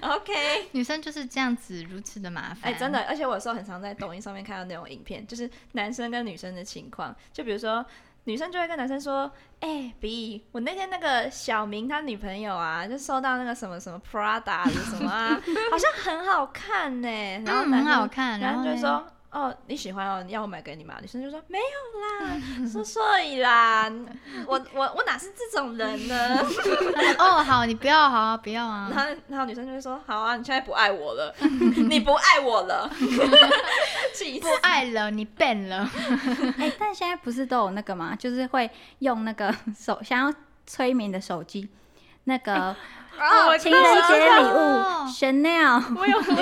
Speaker 1: OK，
Speaker 2: 女生就是这样子如此的麻
Speaker 1: 哎、
Speaker 2: 烦，
Speaker 1: 真的，而且我有时候很常在抖音上面看到那种影片，就是男生跟女生的情况，就比如说。女生就会跟男生说：“哎、比我那天那个小明他女朋友啊，就收到那个什么什么 Prada 的什么啊，好像很好看 呢、然后
Speaker 2: 嗯
Speaker 1: 男
Speaker 2: 很
Speaker 1: 生
Speaker 2: 好看，然
Speaker 1: 然
Speaker 2: 后
Speaker 1: 后就
Speaker 2: 嘞
Speaker 1: 说。哦，你喜欢哦，你要我买给你吗？女生就说没有啦， 说所以啦，我我我哪是这种人呢？
Speaker 2: 哦好，你不要好啊不要啊
Speaker 1: 然，后然后女生就会说好啊，你现在不爱我了， 你不爱我了， 气死
Speaker 2: 不！爱了你 变了。
Speaker 3: 哎、但现在不是都有那个吗？就是会用那个手想要催眠的手机，那个
Speaker 1: 啊我
Speaker 3: 哦情人节礼
Speaker 2: 哦
Speaker 3: 物 Chanel
Speaker 1: 我有我有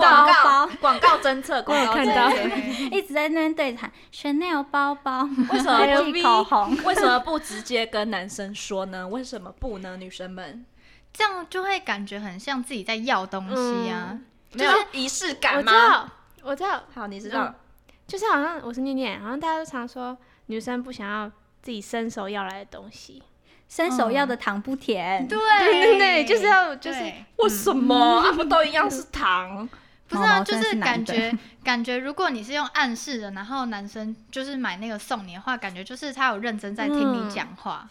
Speaker 1: 看
Speaker 3: 包
Speaker 1: 广告
Speaker 3: 包
Speaker 1: 广告侦测，广告
Speaker 4: 看
Speaker 1: 侦
Speaker 4: 到
Speaker 1: 测
Speaker 2: 对
Speaker 3: 一直在那边对谈 Chanel 包包，
Speaker 1: 为什
Speaker 3: 还
Speaker 1: 么
Speaker 3: 有
Speaker 1: 不
Speaker 3: 口红，
Speaker 1: 为什么不直接跟男生说呢？为什么不呢？女生们
Speaker 2: 这样就会感觉很像自己在要东西
Speaker 1: 嗯
Speaker 2: 啊。
Speaker 1: 没有仪式
Speaker 4: 我
Speaker 1: 感
Speaker 4: 知
Speaker 1: 吗？
Speaker 4: 道，我知道，
Speaker 1: 好，你知道
Speaker 4: 嗯就是好像我是念念，好像大家都常说女生不想要自己伸手要来的东西。
Speaker 3: 伸手要的糖不甜。
Speaker 2: 对
Speaker 4: 对对对，就是要就是
Speaker 2: 对
Speaker 1: 为什么啊？不都一样是糖？
Speaker 2: 不是啊，
Speaker 3: 毛毛
Speaker 2: 就
Speaker 3: 真的
Speaker 2: 是
Speaker 3: 是
Speaker 2: 感
Speaker 3: 男的
Speaker 2: 觉感觉，如果你是用暗示的，然后男生就是买那个送你的话，感觉就是他有认真在听你讲话。
Speaker 4: 嗯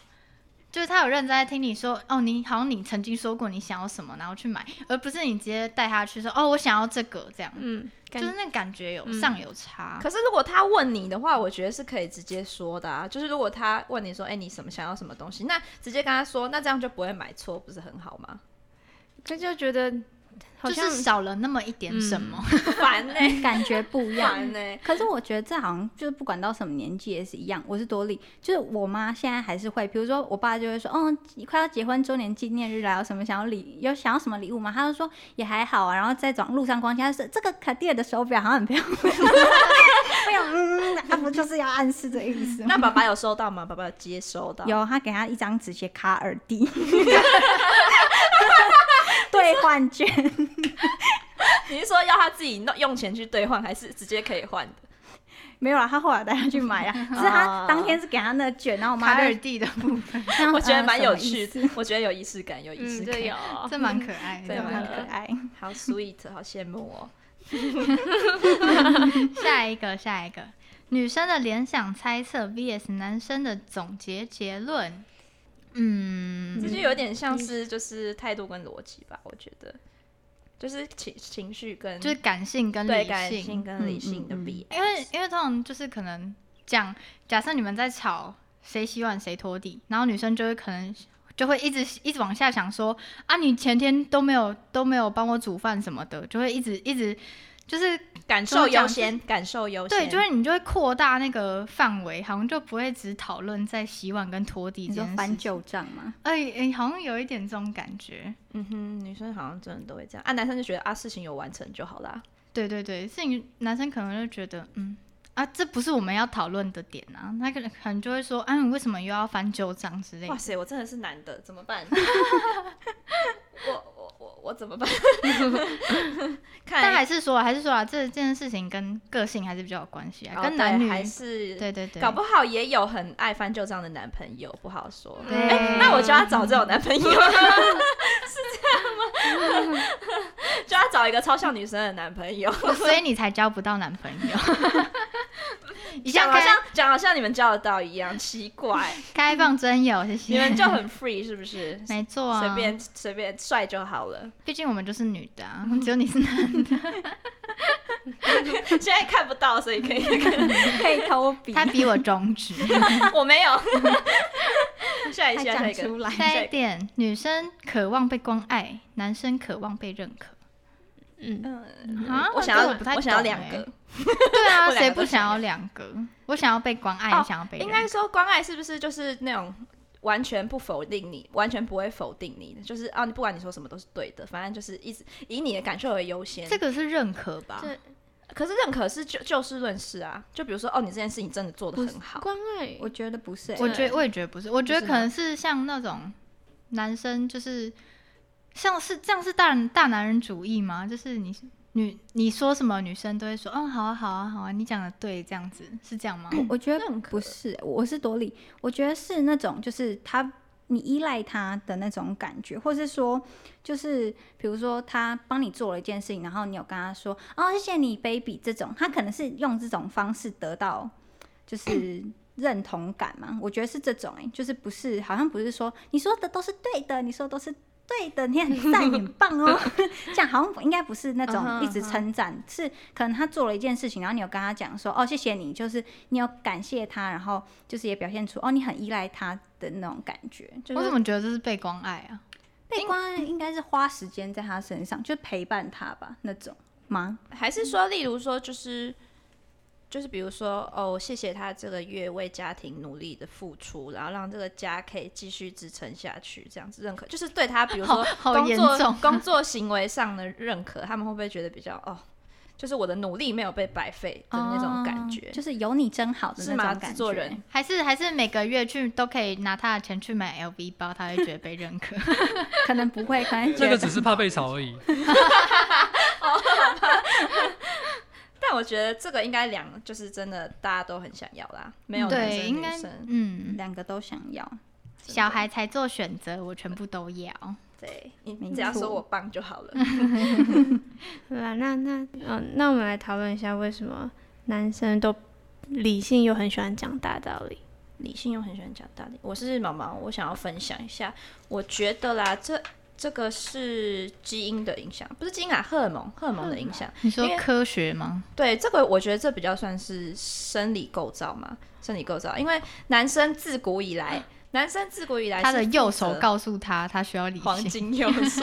Speaker 2: 就是他有认真在听你说，哦，你好像你曾经说过你想要什么，然后去买，而不是你直接带他去说，哦，我想要这个，这样，
Speaker 4: 嗯，
Speaker 2: 就
Speaker 4: 感
Speaker 2: 是那感觉有
Speaker 4: 嗯
Speaker 2: 上有差。
Speaker 1: 可是如果他问你的话，我觉得是可以直接说的啊。就是如果他问你说：“哎、你什么想要什么东西？”那直接跟他说，那这样就不会买错，不是很好吗？
Speaker 4: 可就觉得好
Speaker 2: 就
Speaker 4: 像嗯
Speaker 2: 是少了那么一点什么，
Speaker 1: 烦呢、
Speaker 3: 感觉不一样，
Speaker 1: 烦呢、
Speaker 3: 可是我觉得这好像就是不管到什么年纪也是一样。我是多利，就是我妈现在还是会，比如说我爸就会说，哦，你快要结婚周年纪念日啦，有什么想要礼，有想要什么礼物吗？他就说也还好啊。然后在走路上逛街，他说这个卡地亚的手表好像很漂亮， 我想嗯，他、不就是要暗示这意思吗？
Speaker 1: 那爸爸有收到吗？爸爸有接收到？
Speaker 3: 有，他给他一张纸写卡尔 蒂， 兑换券。
Speaker 1: 你是说要他自己弄用钱去兑换，还是直接可以换的？
Speaker 3: 没有啦，他后来带他 去买啦，啊只是他当天是给他那卷，然后我妈
Speaker 2: 哦卡尔
Speaker 3: 就
Speaker 2: 蒂的部 分，
Speaker 1: 我觉得蛮
Speaker 2: 呃
Speaker 1: 有趣，
Speaker 3: 的，
Speaker 1: 的，我觉得有仪式感，有仪式
Speaker 4: 嗯，
Speaker 1: 感
Speaker 4: 这，有，
Speaker 2: 这蛮可爱
Speaker 1: 对
Speaker 2: 的。
Speaker 3: 对，蛮可爱。
Speaker 1: 好 sweet，好羡慕哦。
Speaker 2: 下一个，下一个，女生的联想猜测 VS 男生的总结结论。嗯，
Speaker 1: 这就有点像是就是态度跟逻辑吧，我觉得，就是情情绪跟
Speaker 2: 就是感性跟理
Speaker 1: 对
Speaker 2: 性，
Speaker 1: 感性跟理
Speaker 3: 嗯
Speaker 1: 性的
Speaker 3: 嗯嗯
Speaker 1: 比，
Speaker 2: 因为因为通常就是可能讲，假设你们在吵谁洗碗谁拖地，然后女生就会可能就会一直一直往下想说啊，你前天都没有都没有帮我煮饭什么的，就会一直一直就是
Speaker 1: 感
Speaker 2: 怎么
Speaker 1: 受优
Speaker 2: 讲
Speaker 1: 先，感受优先，
Speaker 2: 对，就会你就会扩大那个范围，好像就不会只讨论在洗碗跟拖地
Speaker 3: 你
Speaker 2: 这
Speaker 3: 说
Speaker 2: 件事
Speaker 3: 翻
Speaker 2: 情。
Speaker 3: 旧账 吗？
Speaker 2: 哎哎，好像有一点这种感觉。
Speaker 1: 嗯哼，女生好像真的都会这样啊，男生就觉得啊事情有完成就好啦，
Speaker 2: 对对对，是你男生可能就觉得，嗯啊，这不是我们要讨论的点啊，那个可能就会说，啊，你为什么又要翻旧账之类的
Speaker 1: 哇。塞，我真的是男的，怎么办？ 我我我我怎么办？ 看
Speaker 2: 但
Speaker 1: 来
Speaker 2: 还是说啊，还是说啊，这这件事情跟个性还是比较有关系啊，
Speaker 1: 哦
Speaker 2: 跟
Speaker 1: 对
Speaker 2: 男女
Speaker 1: 还是
Speaker 2: 对对对，
Speaker 1: 搞不好也有很爱翻旧账的男朋友，不好说。
Speaker 2: 对
Speaker 1: 哎那我就要找这种男朋友，是这样吗？ 就要找一个超像女生的男朋友，
Speaker 2: 所以你才交不到男朋 友。一
Speaker 1: 讲
Speaker 2: 下
Speaker 1: 好
Speaker 2: 开
Speaker 1: 像讲好像你们交得到一样，奇 怪，
Speaker 2: 开放真友，谢谢。
Speaker 1: 你们就很 free 是不是？
Speaker 2: 没错啊，
Speaker 1: 随，便嗯随便帅就好了，
Speaker 2: 毕竟我们就是女的啊，只有你是男的，
Speaker 1: 现在看不到，所以可以。
Speaker 3: 可以偷比，
Speaker 2: 他比我中指。
Speaker 1: 我没有。下一
Speaker 3: 还
Speaker 1: 下下
Speaker 3: 讲
Speaker 1: 一个
Speaker 3: 出， 来。
Speaker 2: 下一点，女生渴望被关爱，男生渴望被认可。
Speaker 4: 嗯，
Speaker 1: 嗯，
Speaker 2: 啊，
Speaker 1: 我想
Speaker 2: 这
Speaker 1: 要
Speaker 2: 我不太
Speaker 1: 我想要
Speaker 2: 懂
Speaker 1: 两
Speaker 2: 欸
Speaker 1: 个，
Speaker 2: 对啊，
Speaker 1: 我两
Speaker 2: 谁
Speaker 1: 个都
Speaker 2: 不想
Speaker 1: 想
Speaker 2: 要两个？我想要被关爱，
Speaker 1: 哦
Speaker 2: 也想要被认
Speaker 1: 应
Speaker 2: 可
Speaker 1: 该说关爱是不是就是那种完全不否定你，完全不会否定你的，就是啊，你不管你说什么都是对的，反正就是一直以你的感受为优先。
Speaker 2: 这个是认可吧？
Speaker 4: 这
Speaker 1: 可是认可是就就事论事啊，就比如说哦，你这件事情真的做的很好，
Speaker 4: 关爱，
Speaker 3: 我觉得不是、欸，
Speaker 2: 我觉得我也觉得不是，我觉得
Speaker 1: 是
Speaker 2: 可能是像那种男生，就是像是这样是大人大男人主义吗？就是你女你说什么，女生都会说，嗯，好啊，好啊，好啊，你讲的对，这样子是这样吗？
Speaker 3: 我觉得
Speaker 1: 认可
Speaker 3: 不是，我是多莉，我觉得是那种就是他你依赖他的那种感觉，或是说就是比如说他帮你做了一件事情，然后你有跟他说哦谢谢你 baby 这种，他可能是用这种方式得到就是 认同感嘛，我觉得是这种哎、就是不是好像不是说你说的都是对的，你说的都是。对的，你很赞，你很棒哦。 这样好像应该不是那
Speaker 1: 嗯
Speaker 3: 种
Speaker 1: 哼
Speaker 3: 一直
Speaker 1: 嗯哼
Speaker 3: 称赞是可能他做了一件事情，然后你有跟他讲说，哦，谢谢你，就是你有感谢他，然后就是也表现出哦，你很依赖他的那种感觉。就
Speaker 2: 我怎
Speaker 3: 是
Speaker 2: 么觉得这是被关爱啊？
Speaker 3: 被关爱应该是花时间在他身上，就是陪伴他吧，那种吗？
Speaker 1: 还是说，例如说就是。就是比如说，哦，谢谢他这个月为家庭努力的付出，然后让这个家可以继续支撑下去，这样子认可，就是对他，比如说
Speaker 2: 好好
Speaker 1: 工
Speaker 2: 严
Speaker 1: 作，
Speaker 2: 重
Speaker 1: 工作行为上的认可，他们会不会觉得比较哦，就是我的努力没有被白费的那种感觉，
Speaker 3: 哦就是有你真好的
Speaker 1: 是
Speaker 3: 那
Speaker 1: 吗？
Speaker 3: 种
Speaker 1: 制
Speaker 3: 感
Speaker 1: 作
Speaker 3: 觉
Speaker 1: 人。
Speaker 2: 还是还是每个月去都可以拿他的钱去买 LV 包，他会觉得被认可。
Speaker 3: 可能不会，可能
Speaker 5: 这
Speaker 3: 觉
Speaker 5: 个
Speaker 3: 得
Speaker 5: 只是怕被炒而已。
Speaker 1: 但我觉得这个应该两就是真的大家都很想要啦， 没有男
Speaker 2: 对，
Speaker 1: 生
Speaker 2: 应
Speaker 1: 女
Speaker 2: 该
Speaker 1: 生
Speaker 2: 嗯，
Speaker 3: 两个都想要。
Speaker 1: 真的
Speaker 2: 小孩才做选择，我全部都要。
Speaker 1: 对你
Speaker 3: 没
Speaker 1: 你只要
Speaker 3: 错
Speaker 1: 说我棒就好了。
Speaker 4: 对吧？那那嗯、呃那我们来讨论一下为什么男生都理性又很喜欢讲大道理。
Speaker 1: 理性又很喜欢讲道理。我是毛毛，我想要分享一下，我觉得啦，这这个是基因的影响，不是基因啊，荷尔蒙荷尔蒙的影响。
Speaker 2: 你说
Speaker 1: 因为
Speaker 2: 科学吗？
Speaker 1: 对，这个我觉得这比较算是生理构造嘛，生理构造，因为男生自古以来，男生自古以来
Speaker 2: 嗯他的
Speaker 1: 是负
Speaker 2: 右手
Speaker 1: 责
Speaker 2: 告诉他，他需要理
Speaker 1: 黄
Speaker 2: 性。
Speaker 1: 金右手，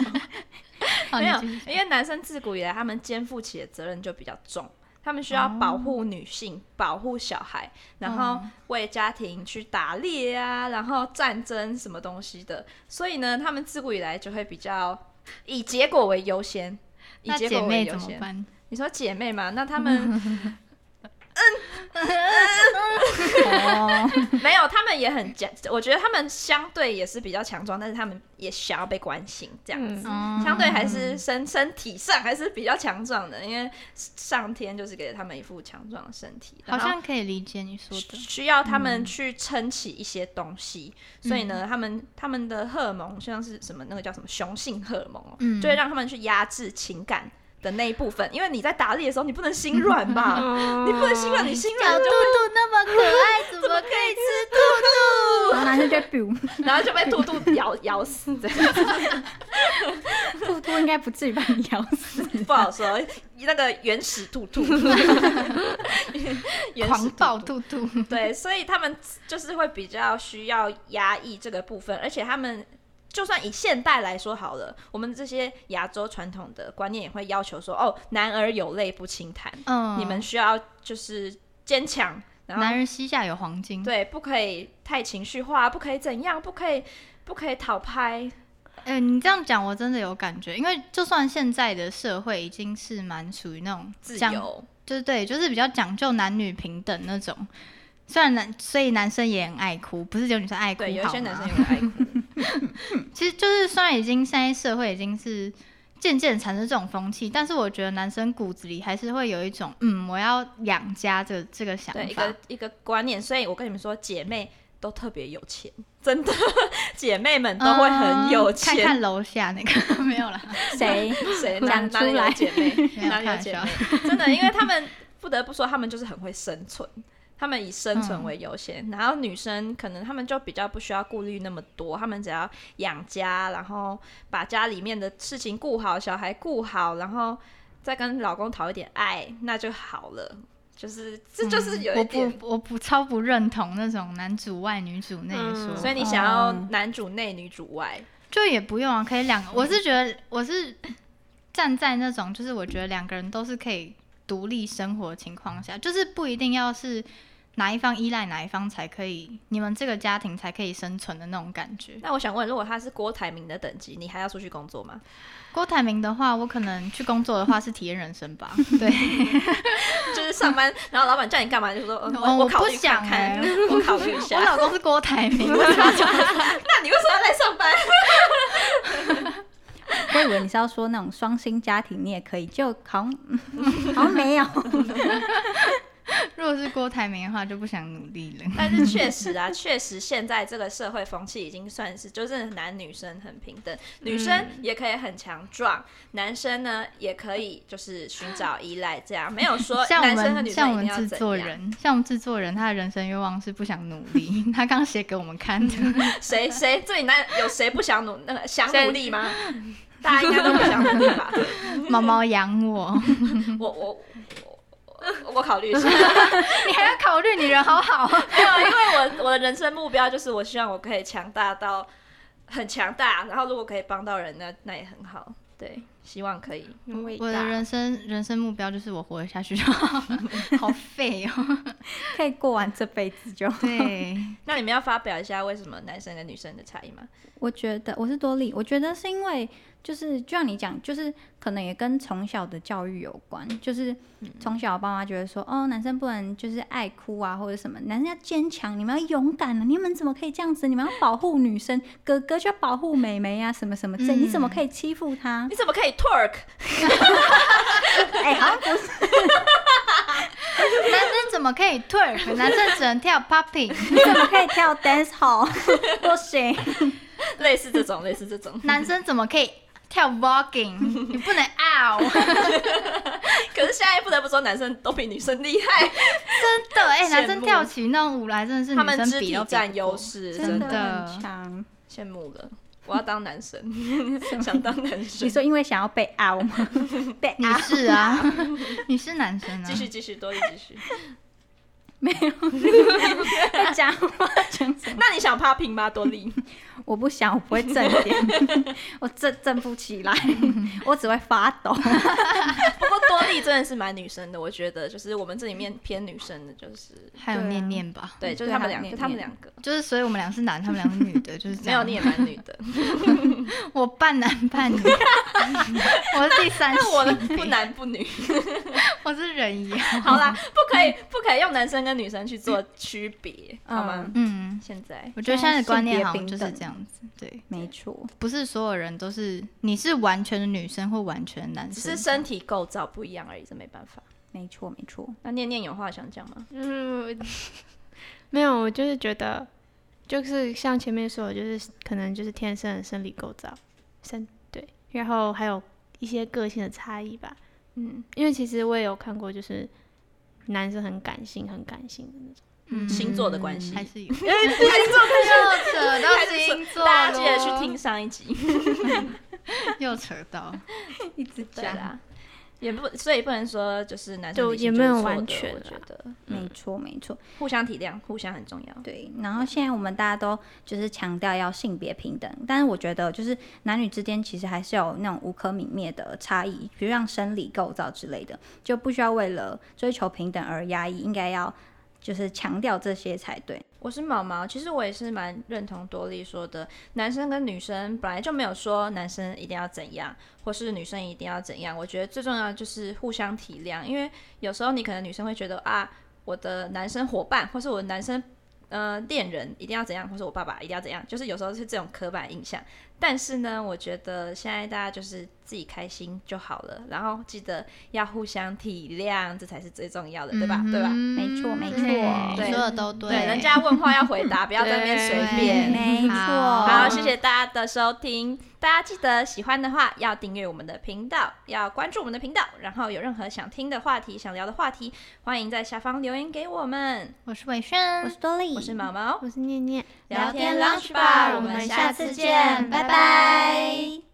Speaker 2: 好
Speaker 1: 没有
Speaker 2: 哦你继续
Speaker 1: 因为男生自古以来他们肩负起的责任就比较重，他们需要
Speaker 2: 哦
Speaker 1: 保护女性、保护小孩，然后
Speaker 2: 嗯
Speaker 1: 为家庭去打猎啊，然后战争什么东西的，所以呢，他们自古以来就会比较以结果为优先。以
Speaker 2: 那
Speaker 1: 结
Speaker 2: 姐
Speaker 1: 果为
Speaker 2: 妹
Speaker 1: 优
Speaker 2: 怎么
Speaker 1: 先，
Speaker 2: 办？
Speaker 1: 你说姐妹嘛？那她们，嗯，
Speaker 3: 哦，
Speaker 1: 没有，他们也很讲，我觉得他们相对也是比较强壮，但是他们也想要被关心，这样子，
Speaker 2: 嗯
Speaker 1: 相对还是身身体上还是比较强壮的，因为上天就是给了他们一副强壮的身体，
Speaker 2: 好
Speaker 1: 然后
Speaker 2: 像可以理解你说的。嗯
Speaker 1: 需要他们去撑起一些东西，所以呢，他们他们的荷尔蒙像是什么那个叫什么雄性荷尔蒙哦，
Speaker 2: 嗯
Speaker 1: 就会让他们去压制情感的那一部分，因为你在打猎的时候你不能心软 吧，
Speaker 2: 哦
Speaker 1: 你不能心软，你心软你就
Speaker 2: 兔那么可爱，怎么可以吃兔？
Speaker 3: 然后男哦生就会 biu，
Speaker 1: 然后就被兔兔咬咬死， 这样
Speaker 3: 兔兔应该不至于把你咬死。
Speaker 1: 不好说。那个原始兔 兔，原始
Speaker 2: 狂暴
Speaker 1: 兔
Speaker 2: 兔兔，
Speaker 1: 对，所以他们就是会比较需要压抑这个部分，而且他们就算以现代来说好了，我们这些亚洲传统的观念也会要求说，哦，男儿有泪不轻弹，
Speaker 2: 嗯，
Speaker 1: 你们需要就是坚强，然后
Speaker 2: 男人膝下有黄金，
Speaker 1: 对，不可以太情绪化，不可以怎样，不可以不可以讨拍，
Speaker 2: 哎、你这样讲我真的有感觉，因为就算现在的社会已经是蛮属于那种
Speaker 1: 自
Speaker 2: 讲，
Speaker 1: 由，
Speaker 2: 就是对，就是比较讲究男女平等那种。虽然男，所以男生也很爱哭，不是只有女生爱哭，
Speaker 1: 对，有一些
Speaker 2: 好吗
Speaker 1: 男生也会爱哭，
Speaker 2: 其实就是虽然已经现在社会已经是渐渐产生这种风气，但是我觉得男生骨子里还是会有一种，嗯，我要养家这这个想
Speaker 1: 对一
Speaker 2: 法
Speaker 1: 个。一个观念，所以我跟你们说，姐妹。都特别有钱，真的， 姐妹们都会很有钱。
Speaker 2: 嗯看看楼下那个 没 有啦，
Speaker 3: 谁？
Speaker 1: 谁哪
Speaker 3: 讲
Speaker 1: 哪里
Speaker 3: 出来
Speaker 1: 有姐妹，
Speaker 2: 没有
Speaker 1: 哪里有
Speaker 2: 开玩
Speaker 1: 姐
Speaker 2: 笑
Speaker 1: 妹，真的，因为他们不得不说，他们就是很会生存，他们以生存为优
Speaker 2: 嗯
Speaker 1: 先，然后女生可能他们就比较不需要顾虑那么多，他们只要养家，然后把家里面的事情顾好，小孩顾好，然后再跟老公讨一点爱，那就好了。就是这就是有一
Speaker 2: 嗯我
Speaker 1: 点，
Speaker 2: 不我不超不认同那种男主外女主内
Speaker 4: 嗯
Speaker 2: 说，
Speaker 1: 所以你想要
Speaker 2: 嗯
Speaker 3: 哦
Speaker 1: 男主内女主外，
Speaker 2: 就也不用啊，可以两
Speaker 1: 嗯
Speaker 2: 个。我是觉得我是站在那种，就是我觉得两个人都是可以独立生活的情况下，就是不一定要是哪一方依赖哪一方才可以，你们这个家庭才可以生存的那种感觉。
Speaker 1: 那我想问，如果他是郭台铭的等级，你还要出去工作吗？
Speaker 2: 郭台铭的话，我可能去工作的话是体验人 生吧，对，
Speaker 1: 就是上班，然后老板叫你干嘛，就说、呃、
Speaker 2: 哦
Speaker 1: 我
Speaker 2: 我
Speaker 1: 考
Speaker 2: 不
Speaker 1: 虑看
Speaker 2: 想
Speaker 1: 看，
Speaker 2: 欸
Speaker 1: 我考虑一
Speaker 2: 我
Speaker 1: 下。
Speaker 2: 老 公是郭台铭，
Speaker 1: 那你为什么要来上班？
Speaker 3: 我以为你是要说那种双薪家庭你也可以，就好像嗯 好像没有。
Speaker 2: 如果是郭台铭的话就不想努力了。
Speaker 1: 但是确实啊， 确实现在这个社会风气已经算是，就是男女生很平等，女
Speaker 2: 嗯
Speaker 1: 生也可以很强壮，男生呢也可以就是寻找依赖，这 样没有说
Speaker 2: 像我
Speaker 1: 男生和
Speaker 2: 们
Speaker 1: 女
Speaker 2: 像
Speaker 1: 生
Speaker 2: 我
Speaker 1: 一
Speaker 2: 们
Speaker 1: 定要
Speaker 2: 制作
Speaker 1: 怎样。
Speaker 2: 人，像我们制作人，他的人生愿望是不想努力， 他刚写给我们看的。
Speaker 1: 谁谁这里男有谁不想努那个想
Speaker 4: 谁
Speaker 1: 努力吗？大家应该都不想努力吧？
Speaker 2: 毛毛养我，
Speaker 1: 我我我我我考虑一下。
Speaker 2: 你还要考虑你人好好。
Speaker 1: 没有，因为我我的人生目标就是我希望我可以强大到很强大，然后如果可以帮到人，那那也很好。对，希望可以。
Speaker 3: 伟
Speaker 2: 我的人生人生目标就是我活得下去就 好了，好 废哦。
Speaker 3: 可以过完这辈子就。
Speaker 2: 对，
Speaker 1: 那你们要发表一下为什么男生跟女生的差异 吗？
Speaker 3: 我觉得我是多利，我觉得是因为就是就像你讲，就是可能也跟从小的教育有关，就是从小爸妈觉得说，哦，男生不能就是爱哭啊或者什么，男生要坚强，你们要勇敢啊，你们怎么可以这样子？你们要保护女生，哥哥就要保护妹妹啊，什么什么这，
Speaker 2: 嗯
Speaker 3: 你怎么可以欺负她
Speaker 1: 你？怎么可以 twerk？
Speaker 3: 哎、好像不是，
Speaker 2: 男生怎么可以退？男生只能跳 popping，
Speaker 3: 你怎么可以跳 dance hall？不行，
Speaker 1: 类似这种，类似这 种。
Speaker 2: 男生怎么可以跳 voguing？你不能 out。
Speaker 1: 可是现在不得不说，男生都比女生厉害，
Speaker 2: 真的，
Speaker 1: 羡
Speaker 2: 哎、
Speaker 1: 慕
Speaker 2: 男生跳起那种舞来真的是
Speaker 1: 他们
Speaker 2: 女
Speaker 1: 肢
Speaker 2: 生比
Speaker 1: 体
Speaker 2: 都比
Speaker 1: 占
Speaker 2: 不过
Speaker 1: 优势，真
Speaker 2: 真的
Speaker 1: 的
Speaker 3: 很强。
Speaker 1: 羡慕了。我要当男 生，想当男
Speaker 3: 你
Speaker 1: 生。
Speaker 3: 说因为想要被 out 吗？被
Speaker 2: 你
Speaker 3: out
Speaker 2: 是啊， 你是男生啊
Speaker 1: 继。续继续，多一继 续。
Speaker 3: 没有？在讲话讲什么？
Speaker 1: 那你想 popping 吗，多 利？
Speaker 3: 我不想，我不会正点， 我正正不起 来，我只会发抖。
Speaker 1: 不过多利真的是蛮女生的，我觉得就是我们这里面偏女生的，就是
Speaker 2: 还有
Speaker 3: 对啊
Speaker 2: 念念吧，
Speaker 1: 对，就是
Speaker 3: 对
Speaker 1: 他们
Speaker 3: 还有
Speaker 1: 两
Speaker 3: 念
Speaker 1: 个，他们
Speaker 3: 念
Speaker 1: 两个
Speaker 2: 就是所以我们俩是男，他们俩是女的，就是这
Speaker 1: 没有
Speaker 2: 样。
Speaker 1: 你也蛮女的，
Speaker 2: 我半男半女，我是第第三期
Speaker 1: 那 我的不男不女，
Speaker 2: 我是人妖。
Speaker 1: 好啦，不可以不可以用男生跟女生去做区别，好吗？
Speaker 2: 嗯，
Speaker 1: 现在
Speaker 2: 我觉得现在的观念好像就是
Speaker 3: 现在性别平等
Speaker 2: 这样子，对，
Speaker 3: 没错，
Speaker 2: 不是所有人都是你是完全的女生或完全的男
Speaker 1: 只
Speaker 2: 生，
Speaker 1: 是身体构造不一样而已，这没办法。
Speaker 3: 没错，没错。
Speaker 1: 那念念有话想讲吗？
Speaker 4: 嗯，我没有，我就是觉得，就是像前面说的，就是可能就是天生的生理构造，身对，然后还有一些个性的差异吧。嗯，因为其实我也有看过，就是男生很感性，很感性的那种。
Speaker 2: 嗯
Speaker 1: 星座的关系
Speaker 2: 还 是有。
Speaker 1: 因为星座
Speaker 2: 又扯到
Speaker 1: 还是
Speaker 2: 星座，
Speaker 1: 大家记得去听，上一集。
Speaker 2: 又扯到，
Speaker 3: 一直
Speaker 1: 对啦，也不所以不能说就是男生
Speaker 4: 就
Speaker 1: 女性
Speaker 4: 也没有
Speaker 1: 就是错的
Speaker 4: 完全啊
Speaker 1: 我觉得
Speaker 3: 没错，没错。
Speaker 1: 互相体谅，互相很重要。
Speaker 3: 对，然后现在我们大家都就是强调要性别平等，但是我觉得就是男女之间其实还是有那种无可泯灭的差异，比如像生理构造之类的，就不需要为了追求平等而压抑，应该要就是强调这些才对。
Speaker 1: 我是毛毛，其实我也是蛮认同多莉说的，男生跟女生本来就没有说男生一定要怎样，或是女生一定要怎样。我觉得最重要的就是互相体谅，因为有时候你可能女生会觉得啊，我的男生伙伴或是我的男生呃恋人一定要怎样，或是我爸爸一定要怎样，就是有时候是这种刻板印象。但是呢，我觉得现在大家就是自己开心就好了，然后记得要互相体谅，这才是最重要的， 对吧？对吧？
Speaker 2: 嗯
Speaker 3: 没错没错
Speaker 2: 对
Speaker 1: 对
Speaker 2: 说的都对，
Speaker 1: 对，人家问话要回答，不要在那边随便。
Speaker 3: 没错
Speaker 2: 好
Speaker 1: 好，谢谢大家的收听。大家记得喜欢的话，要订阅我们的频道，要关注我们的频道。然后有任何想听的话题、想聊的话题，欢迎在下方留言给我们。
Speaker 2: 我是伟轩，
Speaker 3: 我是多莉，
Speaker 1: 我是
Speaker 4: 嗯
Speaker 1: 毛毛，
Speaker 4: 我是念念。
Speaker 1: 聊天
Speaker 3: Lounge
Speaker 1: Lounge Bar，
Speaker 3: 我
Speaker 1: 我
Speaker 3: 们
Speaker 1: 们
Speaker 3: 下
Speaker 1: 下
Speaker 3: 次
Speaker 1: 次
Speaker 3: 见，
Speaker 1: 见，
Speaker 3: 拜
Speaker 1: 拜
Speaker 3: 拜
Speaker 1: 拜。